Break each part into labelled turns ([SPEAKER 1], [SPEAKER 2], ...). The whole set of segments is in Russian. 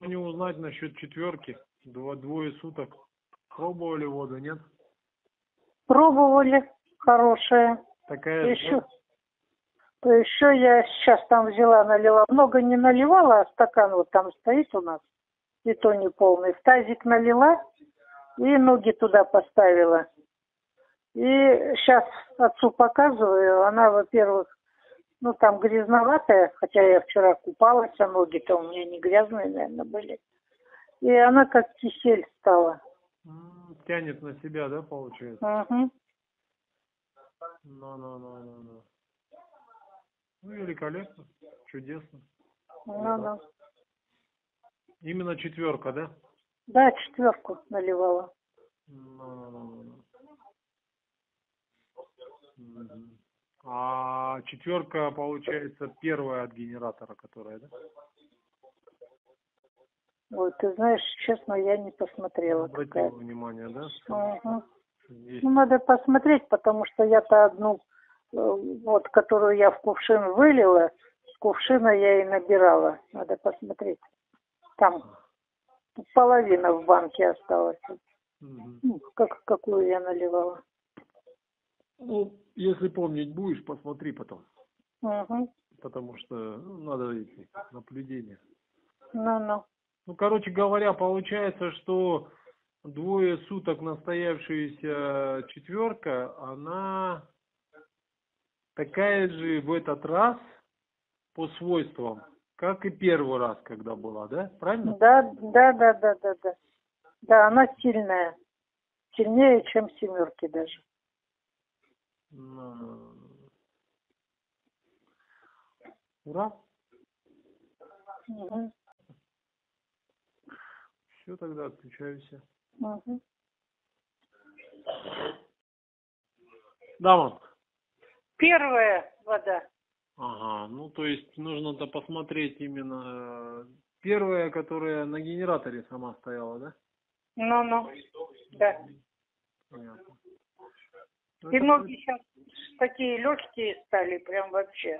[SPEAKER 1] не узнать насчет четверки. Два, двое суток. Пробовали воду, нет?
[SPEAKER 2] Пробовали хорошее.
[SPEAKER 1] Такая
[SPEAKER 2] Еще, еще я сейчас там взяла, налила. Много не наливала, а стакан вот там стоит у нас. И то не полный. В тазик налила и ноги туда поставила. И сейчас отцу показываю. Она, во-первых, ну там грязноватая, хотя я вчера купалась, а ноги-то у меня не грязные, наверное, были. И она как кисель стала.
[SPEAKER 1] М, тянет на себя, да, получается?
[SPEAKER 2] Мгм.
[SPEAKER 1] Ну, ну, ну, ну, ну. Ну, великолепно, чудесно.
[SPEAKER 2] Ну, да.
[SPEAKER 1] Именно четверка, да?
[SPEAKER 2] да, четверку наливала.
[SPEAKER 1] Ну, ну, ну, ну, ну. Мгм. А четверка получается первая от генератора, которая, да?
[SPEAKER 2] Ой, ты знаешь, честно, я не посмотрела.
[SPEAKER 1] Обратила
[SPEAKER 2] какая.
[SPEAKER 1] внимание, да? что
[SPEAKER 2] Мгм.
[SPEAKER 1] здесь?
[SPEAKER 2] Ну, надо посмотреть, потому что я-то одну, э, вот, которую я в кувшин вылила, с кувшина я и набирала. Надо посмотреть. Там половина в банке осталась.
[SPEAKER 1] Мгм.
[SPEAKER 2] Ну, как, какую я наливала.
[SPEAKER 1] Ну, если помнить будешь, посмотри потом.
[SPEAKER 2] Мгм.
[SPEAKER 1] Потому что ну, надо идти наблюдение.
[SPEAKER 2] Ну-ну.
[SPEAKER 1] Ну, короче говоря, получается, что двое суток настоявшаяся четверка, она такая же в этот раз по свойствам, как и первый раз, когда была, да? Правильно?
[SPEAKER 2] Да, да, да, да, да, да. Да, она сильная. Сильнее, чем семерки даже.
[SPEAKER 1] Ну, Ура!
[SPEAKER 2] Мгм.
[SPEAKER 1] Все, тогда отключаюсь. я.
[SPEAKER 2] Мгм.
[SPEAKER 1] Да, мам.
[SPEAKER 2] Первая вода.
[SPEAKER 1] Ага, ну то есть нужно-то посмотреть именно э, первая, которая на генераторе сама стояла, да?
[SPEAKER 2] Ну-ну, Ну, да.
[SPEAKER 1] Понятно. Ну,
[SPEAKER 2] И
[SPEAKER 1] это
[SPEAKER 2] ноги сейчас такие легкие стали, прям вообще.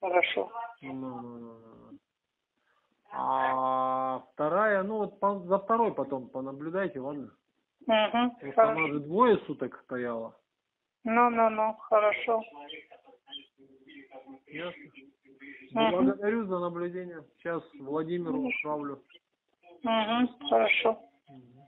[SPEAKER 2] Хорошо.
[SPEAKER 1] Ну, ну, ну, ну, ну, ну. А вторая, ну вот по- за второй потом понаблюдайте, ладно?
[SPEAKER 2] Угу,
[SPEAKER 1] Потому что она же
[SPEAKER 2] хорошо.
[SPEAKER 1] двое суток стояла.
[SPEAKER 2] Ну-ну-ну, хорошо.
[SPEAKER 1] Ясно?
[SPEAKER 2] Мгм.
[SPEAKER 1] Благодарю за наблюдение. Сейчас Владимиру отправлю.
[SPEAKER 2] Угу, хорошо.
[SPEAKER 1] Мгм.